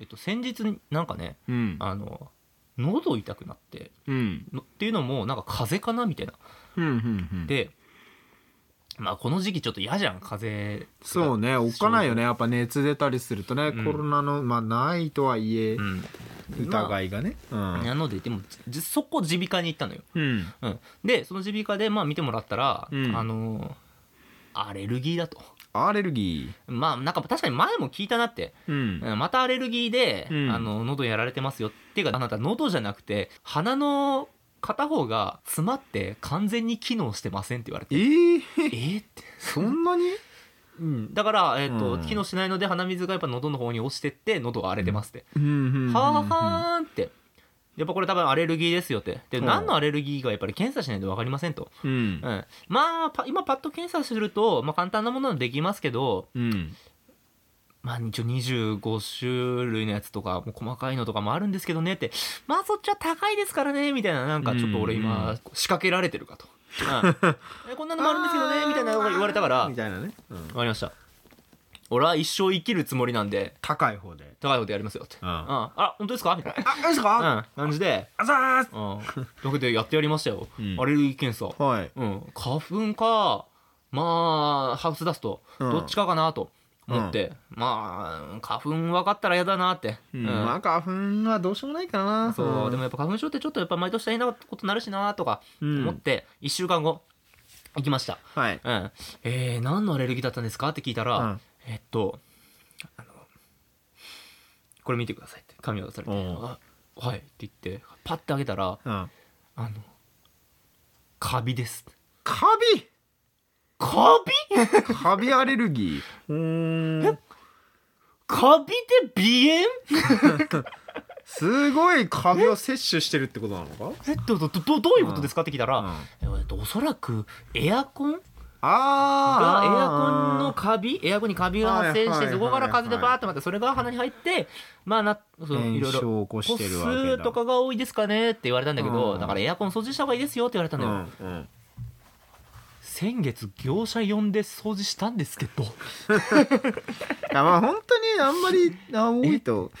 えっと、先日になんかねうんあの喉痛くなってうんのっていうのもなんか風邪かなみたいなうんうんうんでまあこの時期ちょっと嫌じゃん風邪そうねおっかないよねやっぱ熱出たりするとね、うんコロナのまあないとはいえ、うん疑いがねうん、なのででもじそこ耳鼻科に行ったのよ、うん、うん、でその耳鼻科でまあ見てもらったら、うんあのアレルギーだとアレルギまあなんか確かに前も聞いたなってーうんうんまたアレルギーで、うんあの喉やられてますよっていうかあなた喉じゃなくて鼻の片方が詰まって完全に機能してませんって言われえてー、えーって、そんなにうん、だから、えーとうん機能しないので鼻水がやっぱ喉の方に落ちてって喉が荒れてますって、うんうんうんはあはーんってやっぱこれ多分アレルギーですよってでうん何のアレルギーかやっぱり検査しないと分かりませんと、うんうん、まあパ今パッと検査すると、まあ、簡単なものはできますけどうんまあ一応25種類のやつとかもう細かいのとかもあるんですけどねってまあそっちは高いですからねみたいななんかちょっと俺うんう今仕掛けられてるかと、うんえこんなのもあるんですけどねみたいなこと言われたからみ分かたいなね、うんりました俺は一生生きるつもりなんで高い方で高いことやりますよって、うんうんあ本当ですかみたいあよいしょな、か、うん、感じで、あざーすうん、だけでやってやりましたよ、うんアレルギー検査はいうん、花粉かまあハウスダスト、うんどっちかかなと思って、まあ花粉分かったら嫌だなって、ううんん、まあ花粉はどうしようもないからなそう、んでもやっぱ花粉症ってちょっとやっぱ毎年大変なことになるしなとかうん思って1週間後行きました、はいうん、えー、何のアレルギーだったんですかって聞いたら、うんえっとあのこれ見てくださいって紙を出されてお「うあはい」って言ってパッて開けたらう「んあのカビです」カビカビカビアレルギ ーうーんカビで鼻すごいカビを摂取してるってことなのか炎えどどどどどういうことですかって聞いたら、うんえっとおそらくエアコンがエアコンのあカビエアコンにカビが発生はいしはていはいそこから風でバーってまってそれが鼻に入ってまあなそのいろ炎いろ。症を起こ個してるわけ数だとかが多いですかねって言われたんだけど、うんだからエアコン掃除した方がいいですよって言われたうのよ、んうん先月業者呼んで掃除したんですけどいやまあ本当にあんまりあ多いと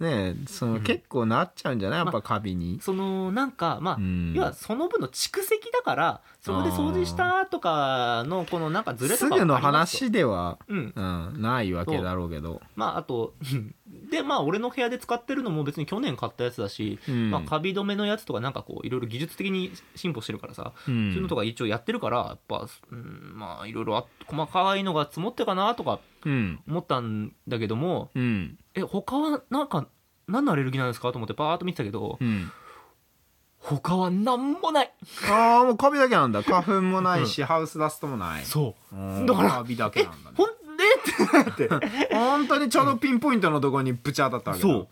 ねその結構なっちゃうんじゃないやっぱカビに、そのなんかまあ、うん要はその分の蓄積だからそこで掃除したとかのこのなんかずれとかすはあぐりのますと話では、うん、うん、ないわけだろうけどまああと でまあ俺の部屋で使ってるのも別に去年買ったやつだし、うんまあ、カビ止めのやつとかなんかこういろいろ技術的に進歩してるからさ、うそういうのんとか一応やってるからやっぱ、うん、まあいろいろあ細かいのが積もってかなとかうん思ったんだけどもうんえ他はなんか何のアレルギーなんですかと思ってパーッと見てたけどうん他は何もないああもうカビだけなんだ花粉もないし、ハウスダストもないそううんだからカビだけえなんだねほんでってなって本当にちょうどピンポイントのとこにぶち当たったわけだそうだ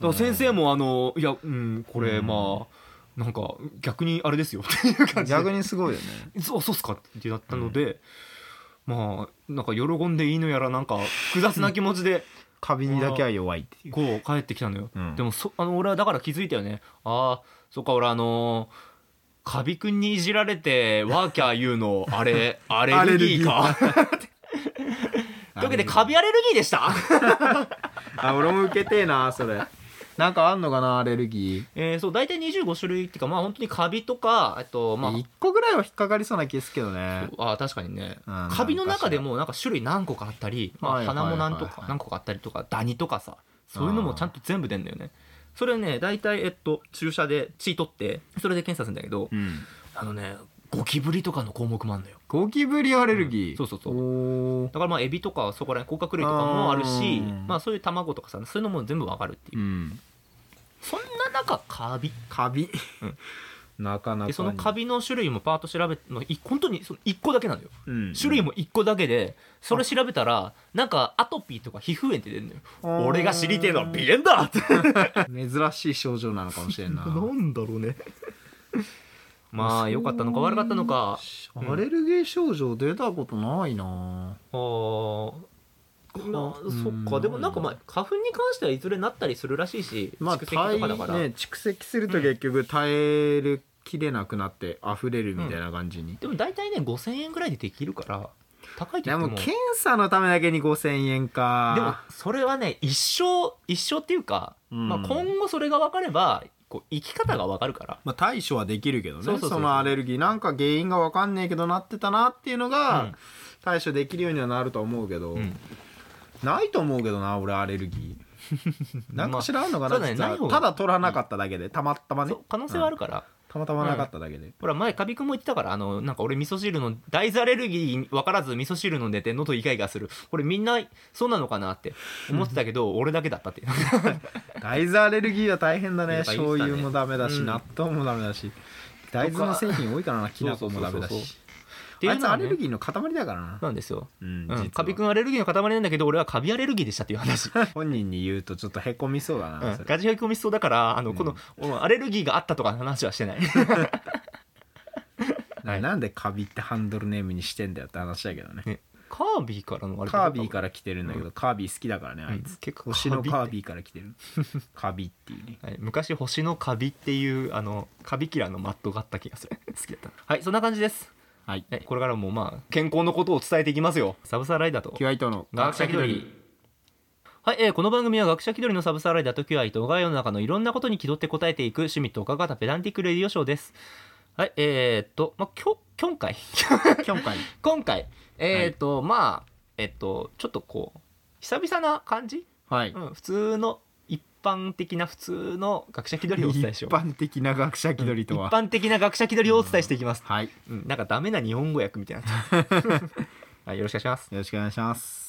から先生もあのいやうんこれまあなんか逆にあれですよっていう感じで逆にすごいよねそうそうっすかってなったので、まあなんか喜んでいいのやらなんか複雑な気持ちでカビにだけは弱いっていうこう帰ってきたのよ、うんでもそあの俺はだから気づいたよねああそっか俺あのーカビくんにいじられてワーキャー言う のあれアレルギーか というわけでカビアレルギーでした あ俺も受けてえなそれなんかあんのかなアレルギーえー、そう大体25種類っていうかまあ本当にカビとかえっとまあ一個ぐらいは引っかかりそうな気ですけどねあー確かにねうんカビの中でもなんか種類何個かあったり、まはあ、いはい花も何とはいかはい何個かあったりとかダニとかさそういうのもちゃんと全部出んだよねそれね大体えっと注射で血取ってそれで検査するんだけどうんあのねゴキブリとかの項目もあるのよゴキブリアレルギー、そうそうそうおーだからまあエビとかそこら辺甲殻類とかもあるしうんまあそういう卵とかさそういうのも全部わかるっていう、うんそんな中カビカビ、なかなかでそのカビ、ビの種類もパーッと調べのい本当にその1個だけなのようん種類も1個だけでそれ調べたらなんかアトピーとか皮膚炎って出るのよあー俺が知りてえのは鼻炎だって珍しい症状なのかもし れんなんだろうねまあ良かったのか悪かったのかアレルギー症状出たことないなあーまあうんそっかでもなんかまあ花粉に関してはいずれなったりするらしいしまあ蓄積とかだから、耐えね、蓄積すると結局耐える、きれなくなって溢れるみたいな感じに、でも大体ね5000円ぐらいでできるから高いっていや言っもてうも検査のためだけに5000円でもかそれはね一生一生っていうか、うんまあ、今後それが分かればこう生き方が分かるからまあ、対処はできるけどねそうそうそうそうのアレルギーなんか原因が分かんねえけどなってたなっていうのが、うん対処できるようにはなると思うけど、うんないと思うけどな俺アレ ルギーなんか知らんのかまな,、あそうだね実はない方がただ取らなかっただけでたまたまねそう可能性はあるから、たまたまなかっただけで、ほら前カビ君も言ってたからあのなんか俺味噌汁の大豆アレルギー分からず味噌汁飲んでて喉イガイガするこれみんなそうなのかなって思ってたけど俺だけだ ったって大豆アレルギーは大変だねやっぱ言って醤たね油もダメだし、うん納豆もダメだし大豆の製品多いからなきな粉もダメだそうそうそうしていうあいのつはアねレルギーの塊だからな、なんですよ、うんうん、カビ実君はアレルギーの塊なんだけど俺はカビアレルギーでしたっていう話 本人に言うとちょっとへこみそうだな、うんそれガチ追い込みしそうだからあの、このうんアレルギーがあったとかの話はしてない ねはいなんでカビってハンドルネームにしてんだよって話だけどねカービィからのあれカービィらから来てるんだけど、カービィ好きだからねあいつ、うん結構星のカカーービィから来てるカビっていうねはい、昔星のカビっていうあのカビキラーのマットがあった気がする 好きだったなはいそんな感じですはいはいこれからもまあ健康のことを伝えていきますよサブサーライダーとキュアイトの学者気取りはい、えーこの番組は学者気取りのサブサーライダーとキュアイとが世の中のいろんなことに気取って答えていく趣味と岡方ペダンティックレディオショーですはいえー、っとまあきょ今回今回 今回えー、っと、まあえっとちょっとこう久々な感じ、はいうん、普通の一般的な普通の学者気取りをお伝えし 一よう般的な学者気取りとは、一般的な学者気取りをお伝えしていきます、はいようん、なんかダメな日本語訳みたいなはいよろしくお願いしますろしくお願いします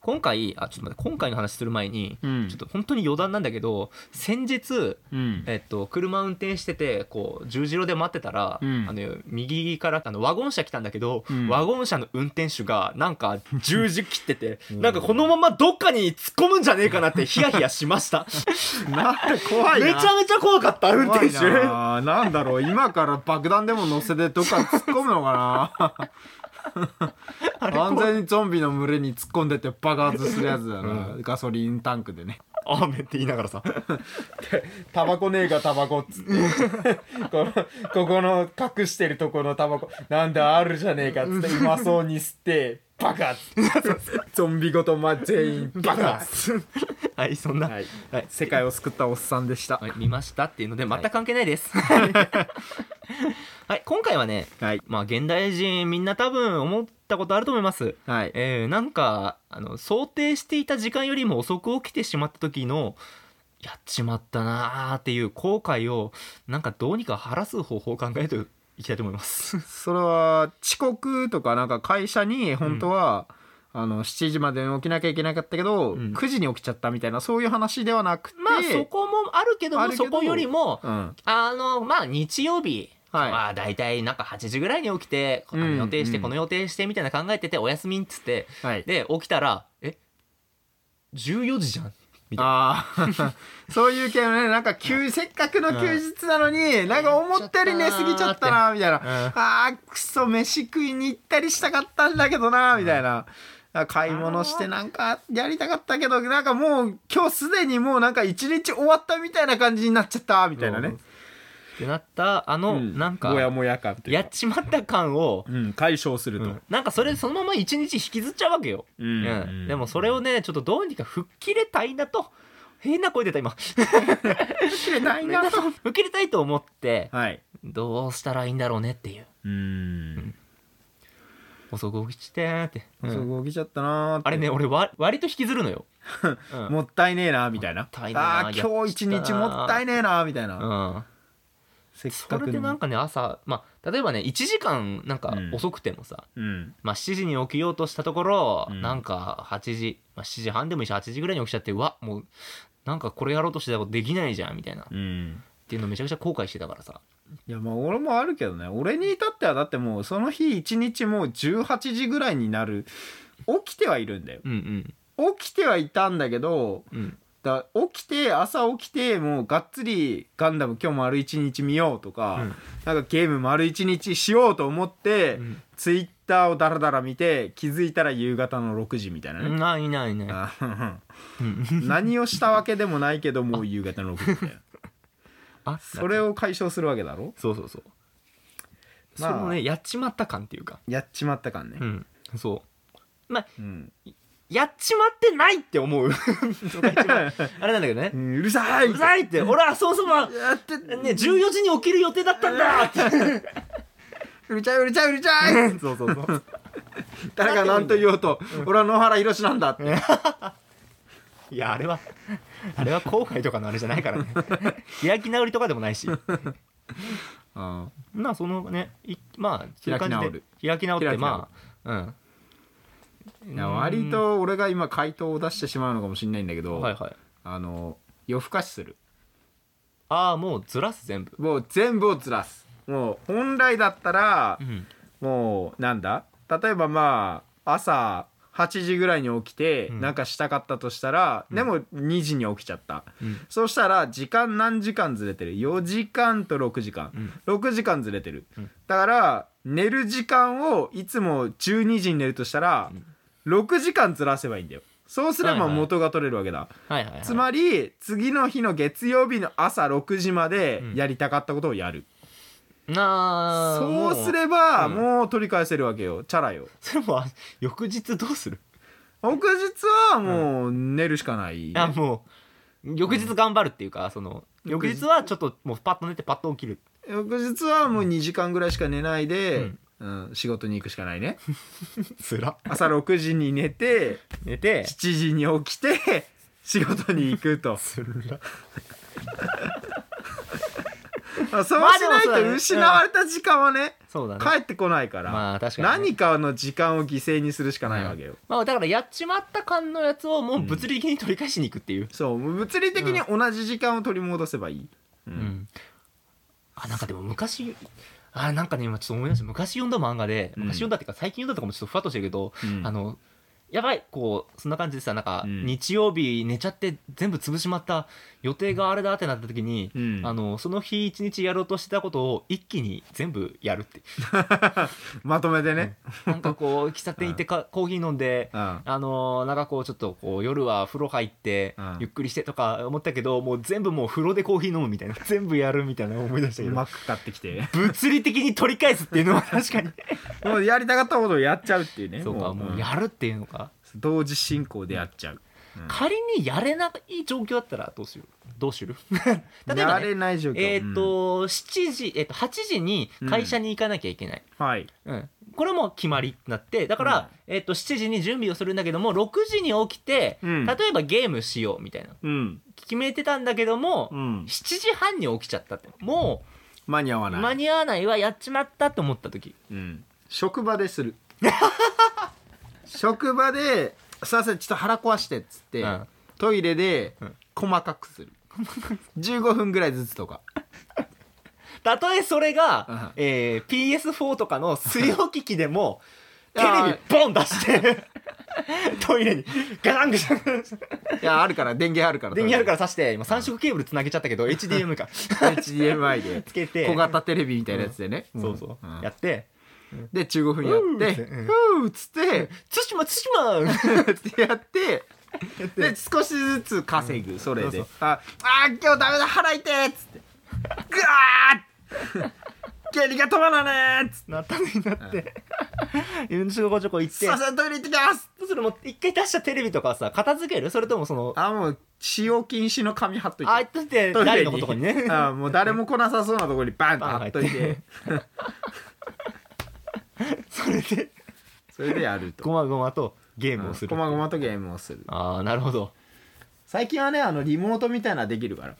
今回あちょっと待って今回の話する前に、うんちょっと本当に余談なんだけど先日うんえっと、車運転しててこう十字路で待ってたら、うんあの右からあのワゴン車来たんだけど、うんワゴン車の運転手がなんか十字切ってて、なんかこのままどっかに突っ込むんじゃねえかなってヒヤヒヤしましたなんで 怖いなめちゃめちゃ怖かった運転手怖いななんだろう今から爆弾でも乗せてどっか突っ込むのか あれな完全にゾンビの群れに突っ込んでって爆発するやつだな、うガソリンタンクでねアーメンって言いながらさタバコねえかタバコっつって このここの隠してるとこのタバコなんだあるじゃねえかっつってうまそうに吸ってバカっつってゾンビごとま全員バカっつっはいそんな、て、はい、はい世界を救ったおっさんでしたはい見ましたっていうので全く関係ないです、はい、今回はねはいまあ現代人みんな多分思ったことあると思いますはいえーなんかあの想定していた時間よりも遅く起きてしまった時のやっちまったなーっていう後悔をなんかどうにか晴らす方法を考えていきたいと思います それは遅刻とかなんか会社に本当は、あの7時までに起きなきゃいけなかったけど、うん9時に起きちゃったみたいなそういう話ではなくてまあそこもあるけどもあるけどそこよりもうんあのまあ日曜日はいまあ大体なんか8時ぐらいに起きてこのうん予定してうんこの予定してみたいな考えててお休みっつってはいで起きたらえ14時じゃんみたいなああ そういう系のねなんか急せっかくの休日なのに、なんか思ったより寝過ぎちゃったなみたいな、うんあーくそ飯食いに行ったりしたかったんだけどなみたいな、あ買い物してなんかやりたかったけどなんかもう今日すでにもうなんか一日終わったみたいな感じになっちゃった みたいなね、ってなったあのうんなんかもやもや感というやかっちまった感をうん、解消すると、なんかそれそのまま一日引きずっちゃうわけよ、うんうんでもそれをねちょっとどうにか吹っ切れたいなと変な声出た今知れないなと 吹っ切れたいと思ってはいどうしたらいいんだろうねっていううん遅く起きしてーって、うんそこ起きちゃったなーってあれね俺わ割と引きずるの よ、うんもったいねえなみたいなたいねえなあーやっ今日一日もったいねえなみたいな、うんせっそかくれでなんか、かね朝まあ例えばね1時間なんかうん遅くてもさ、うん、まあ、7時に起きようとしたところ、うんなんか8時、まあ、7時半でもいいし8時ぐらいに起きちゃってうわもうなんかこれやろうとしてたことできないじゃんみたいな、っうん、ていうのめちゃくちゃ後悔してたからさいやまあ俺もあるけどね俺に至ってはだってもうその日一日もう18時ぐらいになる起きてはいるんだようん起きてはいたんだけどうんうんだ起きて朝起きてもうがっつり「ガンダム今日丸一日見よう」とか、うんなんかゲーム丸一日しようと思って、うんツイッターをダラダラ見て気づいたら夕方の6時みたいなね、ないないないあう ん何をしたわけでもないけどもう夕方の6時だよ あそれを解消するわけだろそうそうそう、まあそのねやっちまった感っていうかやっちまった感ね、うんそうまあうん、やっちまってないって思うのが一番あれなんだけどねうるさいうざいって俺はそもそもはやってね14時に起きる予定だったんだってうるちゃいうるちゃいうるちゃいそうそうそう誰が何と言おうと、俺は野原ひろしなんだっていやあれはあれは後悔とかのあれじゃない からね開き直りとかでもないしあまあそのねいまあそういう感じで開き直る開き直って開き直るまあうんいや割と俺が今回答を出してしまうのかもしれないんだけど、はいはいあの夜更かしするああもうずらす全部もう全部をずらすもう本来だったらうんもうなんだ例えばまあ朝8時ぐらいに起きてうんなんかしたかったとしたら、うんでも2時に起きちゃった、うんそうしたら時間何時間ずれてる4時間と6時間、うん6時間ずれてる、うんだから寝る時間をいつも12時に寝るとしたら、6時間ずらせばいいんだよそうすれば元が取れるわけだ、はいはいはいつまり次の日の月曜日の朝6時までうんやりたかったことをやる、なあそうすもればうんもう取り返せるわけよチャラよそれもあ翌日どうする翌日はもう寝るしかない、あもう翌日頑張るっていうかその翌日はちょっともうパッと寝てパッと起きる翌日はもう2時間ぐらいしか寝ないで、うんうん仕事に行くしかないねつら朝6時に 寝て寝て7時に起きて 仕事に行く とつらまあでもそうだねそうしないと失われた時間はねそうだね帰ってこないから、まあ確かにね何かの時間を犠牲にするしかないわけよ、まあだからやっちまった感のやつをもう物理的に取り返しに行くっていう、そう物理的に同じ時間を取り戻せばいい、ううんあなんかでも昔あなんかね今ちょっと思い出した昔読んだ漫画でうん昔読んだっていうか最近読んだとかもちょっとふわっとしてるけど、うんあのやばいこうそんな感じでさなんかうん日曜日寝ちゃって全部潰しまった予定があれだってなった時に、うんあのその日一日やろうとしてたことを一気に全部やるってまとめてね、なんかこう喫茶店行ってかコーヒー飲んでうんあのーなんかこうちょっとこう夜は風呂入ってうんゆっくりしてとか思ったけどもう全部もう風呂でコーヒー飲むみたいな 全部やるみたいな思い出したけどマック買ってきて 物理的に取り返すっていうのは 確かにもうやりたかったことをやっちゃうっていうねそうかもうやるっていうのかうん同時進行でやっちゃう、仮にやれない状況だったらどうするどうする 例えばやねれない状況えーっ、と7時えーっと8時に会社に行かなきゃいけないうんはいうん、これも決まりになってだから、えっと7時に準備をするんだけども6時に起きて、うん例えばゲームしようみたいなうん決めてたんだけども、うん7時半に起きちゃったっても間に合わうない、間に合わないわやっちまったと思った時うん、職場でする 職場で「すいませんちょっと腹壊して」っつって、うんトイレでうん細かくする15分ぐらいずつとかたとえそれが、えー PS4 とかの据え置き機で もテレビボン出してトイレにガランガシャンいやあるから電源あるから電源あるからら挿して今3色ケーブルつなげちゃったけど HDMI か HDMI でつけて小型テレビみたいなやつでね、そうそう、んやってで15分やってう「うーっつって「つしまつしま!」 「つってやってで少しずつ稼ぐそれそでうそ「ああー今日ダメだ腹痛い!」っつって「ぐわー下痢が止まらねえ!」っつってなったのになってうんちょこちょこ行「っすていませんトイレ行ってきます!」それもう一回出したテレビとかさ片付けるそれともそのあもう使用禁止の紙貼っといてあだってトイレ誰にのことかに ねあもう誰も来なさそうなところにバンとバン貼っとい入って それでそれでやるとごまごまとゲームをする、こまごまとゲームをするああなるほど最近はねあのリモートみたいなのできるから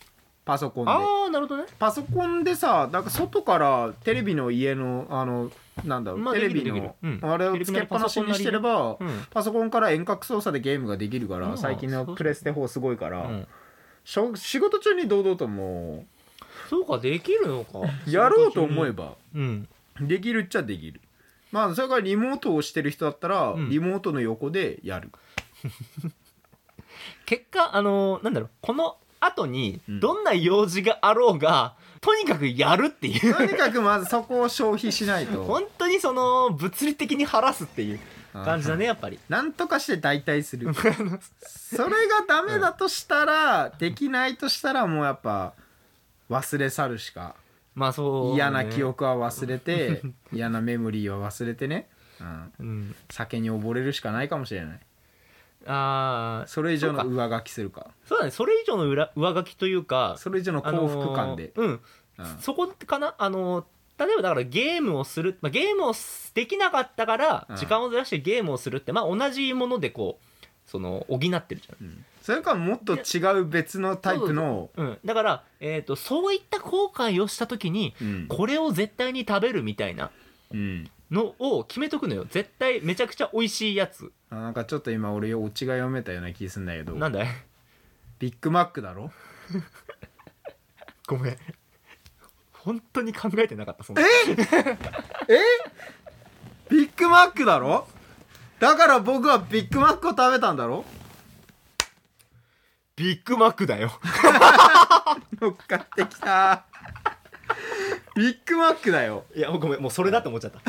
パソコンでああなるほどねパソコンでさなんか外からテレビの家のあのなんだろう、まあテレビできるでき、のるうんあれをつけっぱなしにしてれば、テレビのパソコンなりねうんパソコンから遠隔操作でゲームができるから、うん最近のプレステ4すごいから、うんしょ仕事中に堂々ともそうかできるのかう やろうと思えばうんできるっちゃできるまあそれからリモートをしてる人だったら、うんリモートの横でやる結果あのーなんだろうこの後にうんどんな用事があろうが、とにかくやるっていうとにかくまずそこを消費しない と本当にその物理的に晴らすっていう感じだねやっ ぱりなんとかして代替するそれがダメだとしたら、できないとしたらもうやっぱ忘れ去るしかまあそうね、嫌な記憶は忘れて嫌なメモリーは忘れてね、うん、うん、酒に溺れるしかないかもしれないああそれ以上そのう上書きするかそうだねそれ以上の裏上書きというかそれ以上の幸福感で、あのーうんそこかなあの例えばだからゲームをする、まあ、ゲームをすできなかったからうん時間をずらしてゲームをするって、まあ、同じものでこうその補ってるじうんうんそれかもっと違う別のタイプの、ゃん、うん、だから、えー、とそういった後悔をした時にうんこれを絶対に食べるみたいなうん、のを決めとくのよ絶対めちゃくちゃ美味しいやつあなんかちょっと今俺オチが読めたような気すんだけどなんだいビッグマックだろごめん本当に考えてなかったそんなえビッグマックだろだから僕はビッグマックを食べたんだろビッグマックだよ乗っかってきたビッグマックだよいやごめんもうそれだと思っちゃった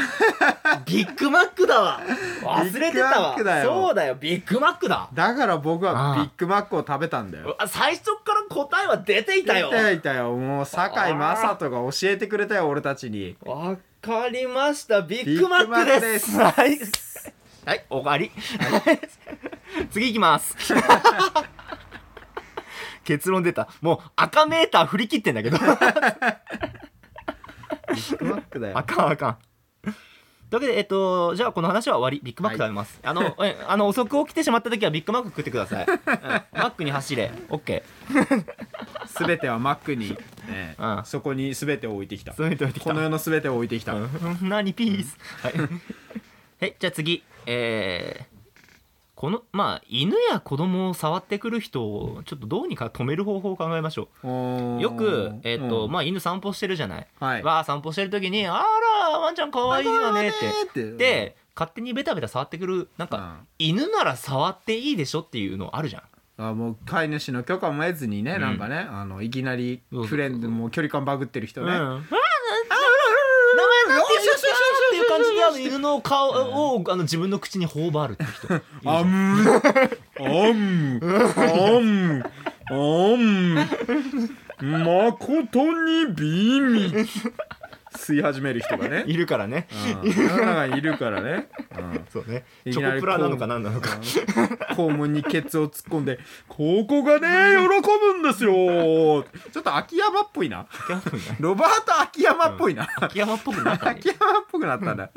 ビッグマックだわ忘れてたわビッグマックだよそうだよビッグマックだだから僕はビッグマックを食べたんだよあ最初から答えは出ていたよいたよいたよもう堺雅人が教えてくれたよ俺たちにわかりましたビッグマックですビッグはい、はい、終わり、次いきます 結論出たもう赤メーター振り切ってんだけどビッグマックだあよかんあかんというわけで、えっと、じゃあこの話は終わりビッグマック食べます、あのえあの遅く起きてしまった時はビッグマック食ってくだ さい、うんマックに走れ OK 全てはマックに、ねうんそこに全てを置いてきたそこういうといてきたの世の全てを置いてきた、うん何ピース、はい、はいじゃあ次えーこのまあ犬や子供を触ってくる人をちょっとどうにか止める方法を考えましょうよく、えーとまあ、犬散歩してるじゃない、あはいわあ散歩してる時に「あらワンちゃんかわいいわね」ってってで勝手にベタベタ触ってくるなんうか、ん犬なら触っていいでしょっていうのあるじゃんあもう飼い主の許可も得ずにね、うんなんかねあのいきなりそうそうフレンドもう距離感バグってる人うん、ね、名前なよんて言うんですかっていう感じであの犬の顔をあの自分の口に頬張るって人いるじゃんあむあむあむあむまことに美味吸い始める人がねいるからねうん世の中にいるからね、うんそうね。いチきョなコりプラなのか何なのか。肛門にケツを突っ込んで「ここがね喜ぶんですよ」ちょっと秋山っぽいな秋山っぽいなロバート秋山っぽいな、秋山っぽくなったね秋山っぽくなったな、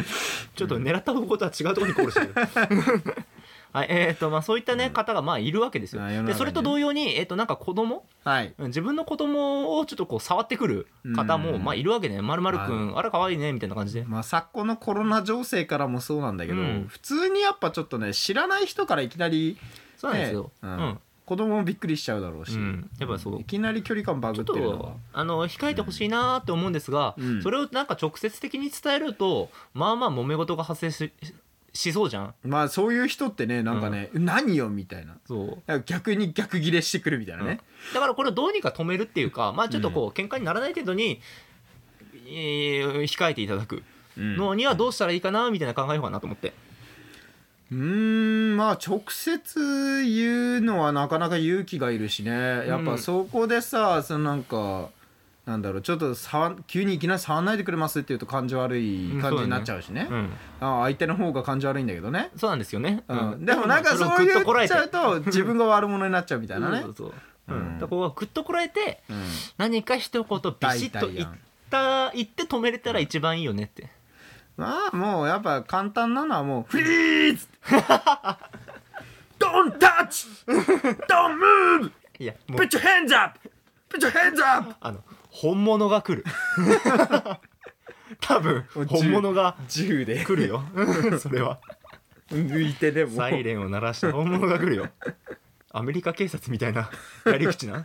ちょっと狙った方向とは違うところにコールしてる。はい、えっ、と、まあ、そういったね、方が、まあ、いるわけですよあ世の。中にねで、それと同様に、えっ、と、なんか子供、はいうん自分の子供をちょっとこう触ってくる方うも、んまあ、いるわけね。まるまるくん、あら、可愛いねみたいな感じで。まあ昨今のコロナ情勢からもそうなんだけど、うん普通にやっぱちょっとね知らない人からいきなりそうなんですよ。ううんん、子供もびっくりしちゃうだろうし、うんやっぱそういきなり距離感バちグょっってるのはとあの控えてほしいなーって思うんですが、うんそれをなんか直接的に伝えるとまあまあ揉め事が発生ししそうじゃんまあそういう人ってねなんかね、何よみたいなそうなんか逆に逆ギレしてくるみたいなね、だからこれをどうにか止めるっていうか、まあ、ちょっとこう喧嘩にならない程度に、えー控えていただくうんのにはどうしたらいいかなみたいな考えようかなと思って、うーんまあ直接言うのはなかなか勇気がいるしねやっうぱんそこでさ、そのなんかなんだろうちょっと触ん急にいきなり触んないでくれますって言うと感じ悪いうん感じになっちゃうしね,、うん、あ相手の方が感じ悪いんだけどね、そうなんですよね、うんでもなんかそう言こらっえちて ゃうと自分が悪者になっちゃうみたいなねそうそううそう、んうん、だからここはぐっとこらえてうん何か一言ビシッと大体言やっんた言って止めれたら一番いいよねってまあもうやっぱ簡単なのはもう「フリーズ! 」「ドンタッチドンムーブいやもう Put your hands up! Put your hands up! あの本物が来る 多分もう本物が銃で来 るよそれは。抜いてでもサイレンを鳴らした本物が来るよアメリカ警察みたいなやり口な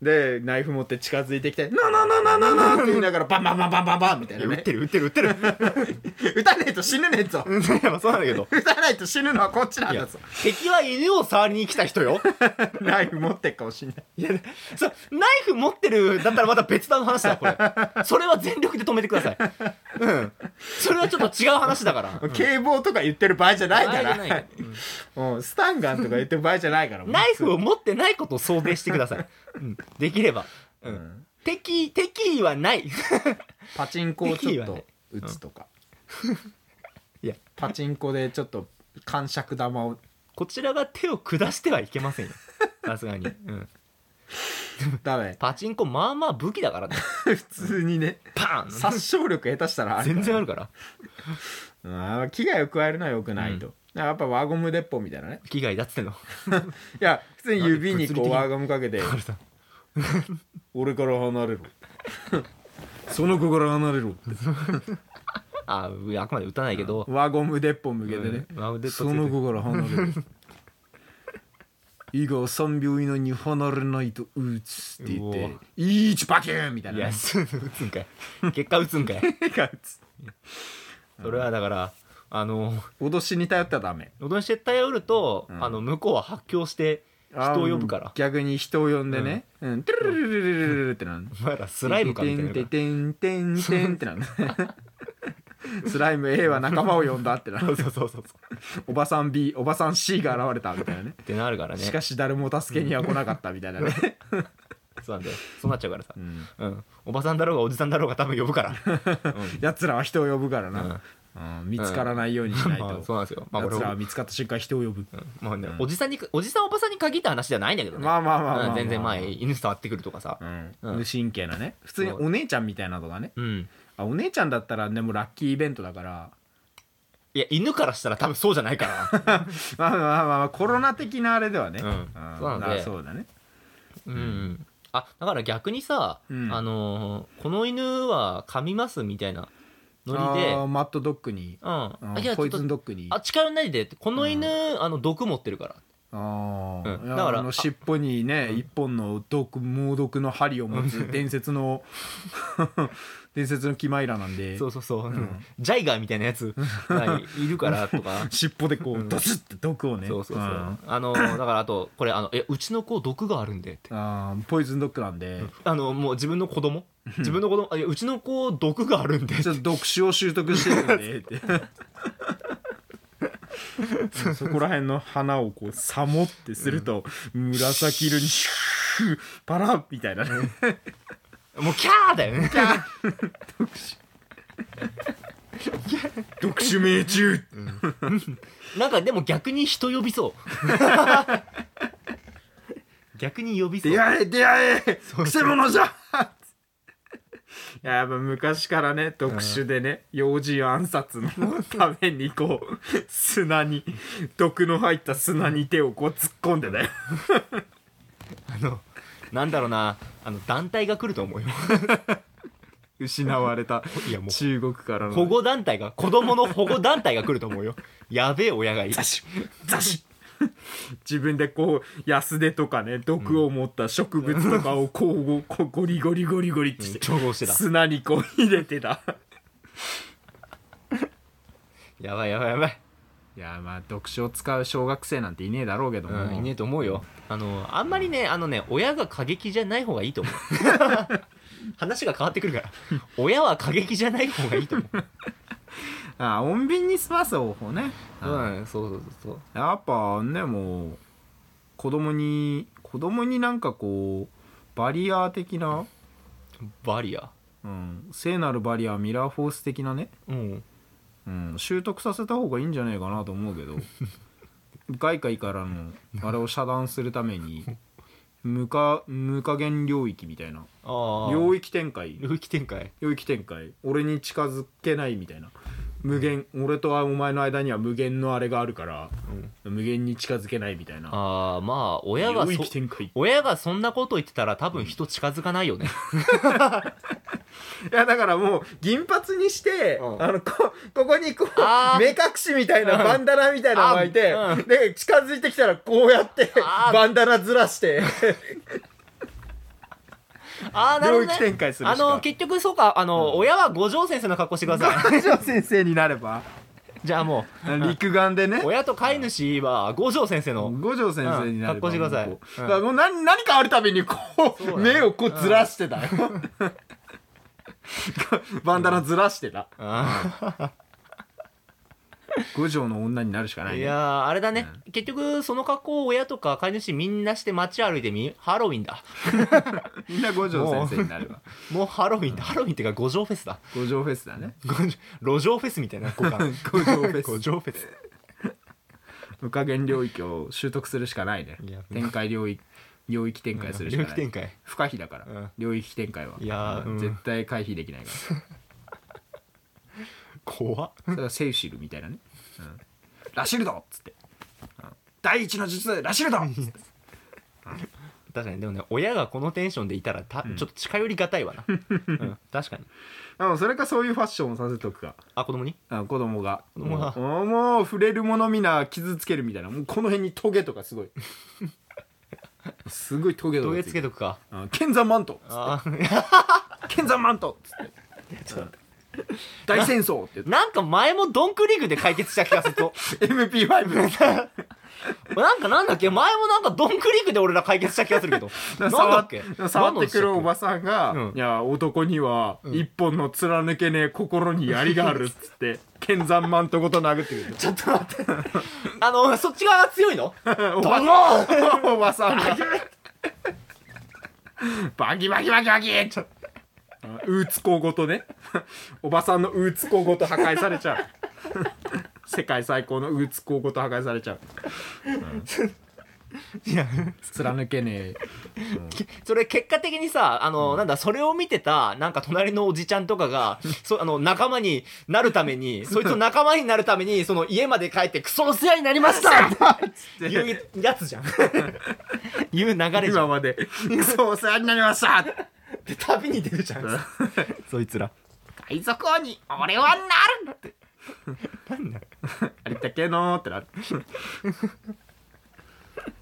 でナイフ持って近づいてきて「なななななな」って言いながらバンバンバンバンバンバンみたいな撃っねてる撃ってる撃って る撃たねえと死ぬねえぞうんいやまあそうなんだけど撃たないと死ぬのはこっちなんいだやぞ敵は犬を触りに来た人よナイフ持ってっかもしんないいやそうナイフ持ってるだったらまた別の話だこれ それは全力で止めてくださいうんそれはちょっと違う話だから、うん警棒とか言ってる場合じゃ ないかあれじゃならいうんうんスタンガンとか言ってる場合じゃないからもうナイフを持ってないことを想定してください、 うん、できれば、う、うんん敵敵意はない パチンコをちょっ敵はねと打つとかいやパチンコでちょっと感触玉をこちらが手を下してはいけませんよさすがに、うん、ダメパチンコまあまあ武器だからね普通にねパーン殺傷力下手したらある全然あるからあー危害を加えるのはよくないと、だからやっぱ輪ゴム鉄砲みたいなね危害だっつってんのいや普通に指に物理こ的うに輪ゴムかけてカルさん「俺から離れろ」 「その子から離れろ」ああくまで打たないけど、輪ゴム鉄砲向けてね、うん輪ゴム鉄砲そつけての子から離れる以後3秒以内に離れないと撃つって言っうてお「いいちパキューン!」みたいいなやねす打つんかい結果打つんかいそれはだからあの脅しに頼ったらダメ喉にして頼ると、うんあの向こうは発狂して人あをー呼ぶから逆に人を呼んでね「うんトゥルルルルルルル」ってなるお前らスライムかみたいなてのんかてんてんてんてんってなるスライム A は仲間を呼んだってなそうるそうそうそうっおばさん B おばさん C が現れたみたいなねてなるからねしかし誰も助けには来なかったみたいなね、そうなんだよそうなっちゃうからさ、ううんん、おばさんだろうがおじさんだろうが多分呼ぶ から、やつらは人を呼ぶからうんな、うん見つからないようにしないと、まあ、そうなんですよまあやこれつらはは見つかった瞬間人を呼ぶ、まあねおじさんにおじさんおばさんに限った話じゃないんだけどねまあまあまあまあまあうん全然前犬触ってくるとかさうんうん無神経なね普通にお姉ちゃんみたいなのがねうん、あお姉ちゃんだったらでもラッキーイベントだからいや犬からしたら多分そうじゃないから まあまあまあまあコロナ的なあれではね、うんそうなんでだからそうだねうん、うん、あだから逆にさ、うんあのーこの犬は噛みますみたいなノリであーマットドッグに、うん、あうんいやちょポっイズとンドッグにあ近寄んないでってこの犬、あの毒持ってるからあーうんいやだからあの尻尾にね一本の毒猛毒の針を持つ伝説の 伝説のキマイラなん でそうそうそう、ジャイガーみたいなやつがいいるからと か尻尾でこうドスッて毒をねそうそうそう、んあ のだからあとこれあのえうちの子毒があるんでってあーポイズンドッグなんで、あのもう自分の子供自分の子供あいやうちの子毒があるん でちょっと読書を習得してるんでって うんそこら辺の花をこうサモってすると、紫色にシューパラッみたいなねもうキャーだよね読書命中 なんかでも逆に人呼びそう 逆に呼びそう出会え出会えうくせ者じゃいややっぱ昔からね特殊でね幼児暗殺 のためにこう砂に毒の入った砂に手をこう突っ込んでねあのなんだろうなあの団体が来ると思うよ失われたいやもう中国からの保護団体が子供の保護団体が来ると思うよやべえ親がいるザシザ シ自分でこう安手とかね毒を持った植物とかをこうごこうゴリゴリゴリゴリってして、調合してた砂にこう入れてたやばいやばいやばい、いやまあ読書を使う小学生なんていねえだろうけども、うん、いねえと思うよあのあんまりねあのね親が過激じゃない方がいいと思う 話が変わってくるから親は過激じゃない方がいいと思う あ穏便に済ます方法ね、そうだねそうそうそうそうやっぱねもう子供に子供になんかこうバリアー的な、バリアうん、聖なるバリアミラーフォース的なね、うんうん、習得させた方がいいんじゃないかなと思うけど外界からのあれを遮断するために無か無加減領域みたいなああ領域展開領域展開領域展開俺に近づけないみたいな無限俺とお前の間には無限のあれがあるから、無限に近づけないみたいなああまあ親がそ領域展開い親がそんなこと言ってたら多分人近づかないよね やだからもう銀髪にして、うんあのこここにこあうー目隠しみたいなバンダナみたいなの巻いて、あうんで近づいてきたらこうやってあーバンダナずらして ああなるほど、ね、領域展開するあしかの結局そうかあの、親は五条先生の格好してください九条先生になればじゃあも陸眼でねう親と飼い主は五条先生の五条先生になればうん格好してくださいもうこううんだからもう何何かあるたびにこうそうだね目をこうずらしてた よバンダナずらしてたあ五条の女になるしかない、ね、いやーあれだね、結局その格好を親とか飼い主みんなして街歩いてみハロウィンだみんな五条先生になるわもうハロウィンだ、ハロウィンっていうか五条フェスだ 五条フェスだね五条路上フェスみたいな 五感五条フェス五条フェス無加減領域を習得するしかないねいや展開領域領域展開するしか領ない域展開不可避だから、うん領域展開はいやーうん絶対回避できないから 怖っそれはセウシルみたいなね、うんラシルドっつって、うん第一の術ラシルドっつって確かにでもね親がこのテンションでいたらた、ちょっと近寄りがたい わな、うん、確かにでもそれかそういうファッションをさせとくかあ子供にあ子供が供がもうもう触れるものみな傷つけるみたいなもうこの辺にトゲとかすごいすごいトゲと土か下つついけてとくかうん剣山マントあ剣山マントつって大戦争って言っー なんか前もドンクリーグで解決した気がすると て MP5 なんかなんだっけ前もなんかドンクリークで俺ら解決した気がするけ どなんだっけ触ってくるお前ばさんが「うんいや男には一本の貫けねえ心に槍がある」っつって剣山マントごと殴ってくるちょっと待ってあのそっち側が強い のおドばローンおばさんがバキバキバキバキちょうつこごとねおばさんのうつこごと破壊されちゃう世界最高のうつこごと破壊されちゃういや貫けねえそれ結果的にさあの、なんだそれを見てたなんか隣のおじちゃんとかがそあの仲間になるためにそいつの仲間になるためにその家まで帰ってクソの世話になりま したって言うやつじ ゃん言う流れじゃ今んまでクソお世話になりま したで旅に出るじゃんそいつら海賊王に俺はなるってなんだよあれだけのーって なる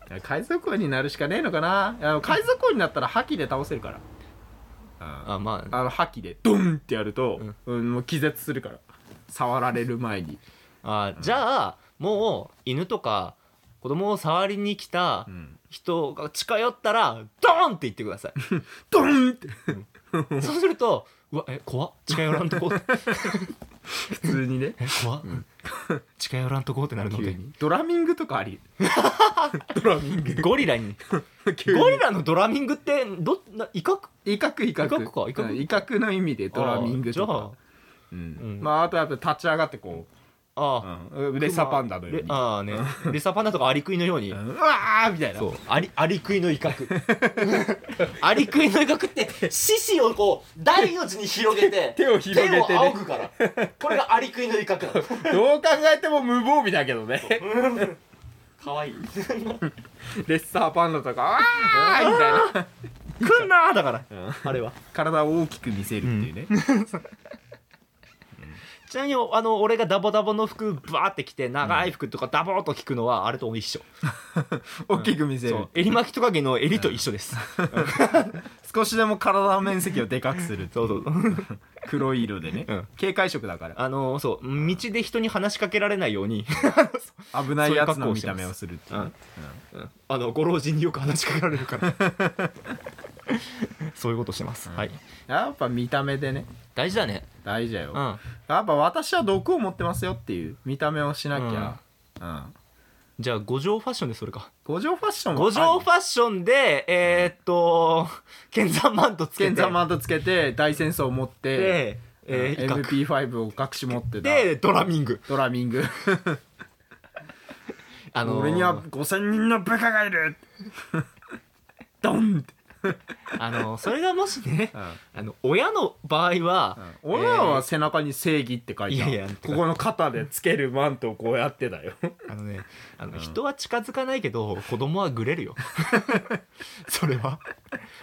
いや海賊王になるしかねえのかないや海賊王になったら覇気で倒せるからあまああの覇気でドンってやると、んうん、もう気絶するから触られる前にあじゃあもう犬とか子供を触りに来たん人が近寄ったらドーンって言ってくださドンってい そうするとうわえ怖っ近寄らんとこ 普通にねえ怖っ近寄らんとこってなるの急でに ドラミングとかあり ドラミングゴリラに 急にゴリラのドラミングってどな威嚇威嚇威嚇威嚇か威嚇うん威嚇の意味でドラミングとかうんうんまああとやっぱ立ち上がってこああう、ああうん、レッサーパンダのようレにああねレッサーパンダとかアリクイのように、うんうわーみたいなそうアリアリクイの威嚇 アリクイの威嚇って獅子をこう第四字に広げて 手を広げてね手を仰ぐからこれがアリクイの威嚇なの どう考えても無防備だけどねかわいい レッサーパンダとかわーみたいなくんなーだから、んあれは体を大きく見せるっていうね、ちなみにあの俺がダボダボの服バーって着て長い服とかダボーっと着くのはあれと一緒、大きく見せる、そう襟巻きトカゲの襟と一緒です、少しでも体の面積をでかくするそうそう黒い色でね、うん警戒色だからあのそう道で人に話しかけられないように、危ないやつの見た目をするっていうねうんあのご老人によく話しかけられるから そういうことしてます、はいやっぱ見た目でね大事だね大事だよ、うんやっぱ私は毒を持ってますよっていう見た目をしなきゃうんじゃあ五条ファッションでそれか五条、ファッション五条ファッァッションでえー、っと剣山マントつけて剣山マントつけて大戦争を持って、で、えー、威うん嚇 MP5 を隠し持ってたでドラミングドラミング、あのー俺には5000人の部下がいる ドンって、あのーそれがもしねうんあの親の場合は、俺らは背中に正義って書いてある、いやいやここの肩でつけるマントをこうやってだよえーあのねあの、人は近づかないけど子供はグレる よそれは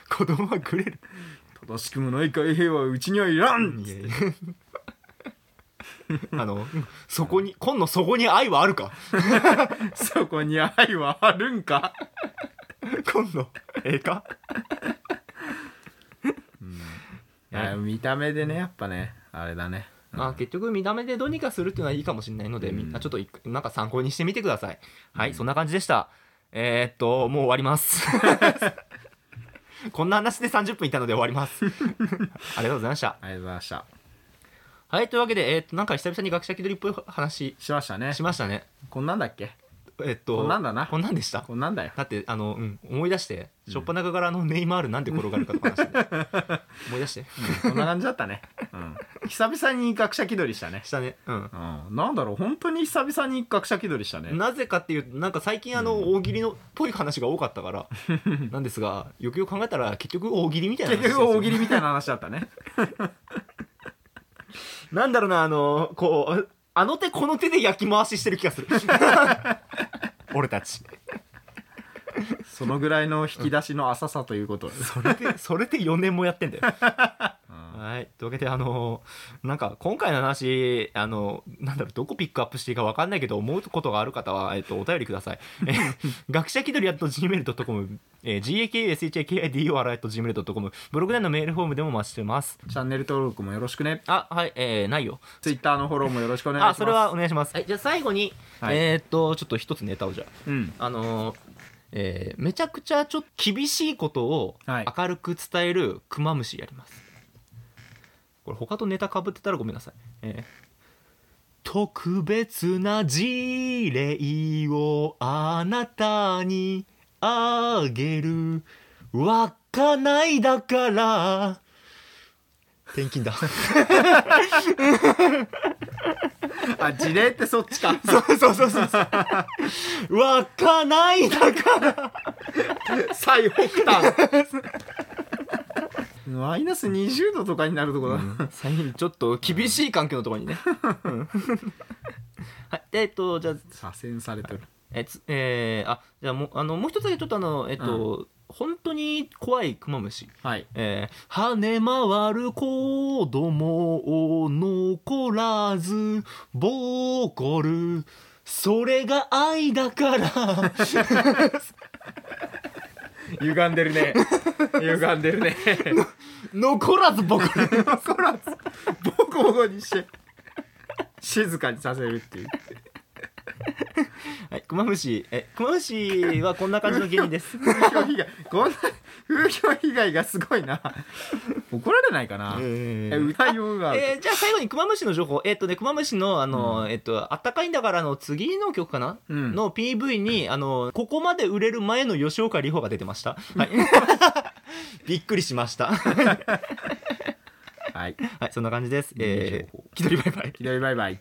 子供はグレる 正しくもない海兵はうちにはいらんいやいやあのそこに今のそこに愛はあるかそこに愛はあるんか今度ええかいや見た目でねやっぱねあれだねまあ結局見た目でどうにかするっていうのはいいかもしれないので、みんなちょっといなんか参考にしてみてくださいはい、そんな感じでしたえー、っともう終わります こんな話で30分いたので終わりますありがとうございましたありがとうございましたはいというわけで、えー、となんか久々に学者気取りっぽい話しましたねしましたねこんなんだっけえっとこんなんだなこんなんでしたこんなんだよだってあの、うん、思い出して初っ端からあのネイマールなんで転がるかとか話してた、 思い出してうんこんな感じだったね、 うん、久々に学者気取りしたね、したねうんうん、なんだろう本当に久々に学者気取りしたねなぜかっていうとなんか最近あの大喜利のっぽい話が多かったから なんですがよくよく考えたら結局大喜利みたいな話結です局よ大喜利みたいな話だったねなんだろうなあのこうあの手この手で焼き回ししてる気が する俺たちそのぐらいの引き出しの浅さということです、それでそれで4年もやってんだよはいというわけであのなんか今回の話あのなんだろうどこピックアップしていいか分かんないけど思うことがある方は、えっと、お便りくださいえ 学者気取りやっと gmail.com、えー、gakshkidior.gmail.com ブログ内のメールフォームでも待ちしてますチャンネル登録もよろしくねあはいえー、ないよ Twitter のフォローもよろしくお願いしまあすそれはお願いします、はい、じゃあ最後に、はいえーっとちょっと一つネタをじゃあうんあのーえーめちゃくちゃちょっと厳しいことをはい明るく伝えるクマムシやります、これ他とネタかぶってたらごめんなさい、えー特別な事例をあなたにあげるわかないだから転勤 だあ事例ってそっちかそうそうそうそう そうわかないだから最北端マイナス20度とかになるとこだ、 最近ちょっと厳しい環境のところにね。うん はい、でえっと、じゃあ、左遷されてるえつ、えーあ、じゃあもう、あの、もう一つだけちょっとあの、えっと、本当に怖いクマムシ。はいえー跳ね回る子供を残らず、ボーコル。それが愛だから。歪んでるね歪んでるね残らずボコル。残らずボコボコにして静かにさせるっていうはい、クマムシ。え、クマムシはこんな感じの芸人です。風評被害こんな風評被害がすごいな怒られないかな、ええ歌いようがあるえーじゃあ最後にクマムシの情報えっ、とねクマムシのあの、えっ、と「あったかいんだから」の次の曲かな、うんの PV にあのここまで売れる前の吉岡里帆が出てました、 はい、 びっくりしましたははいいそんな感じです、いいえ情報ー、気取りバイバイひどいバイバイ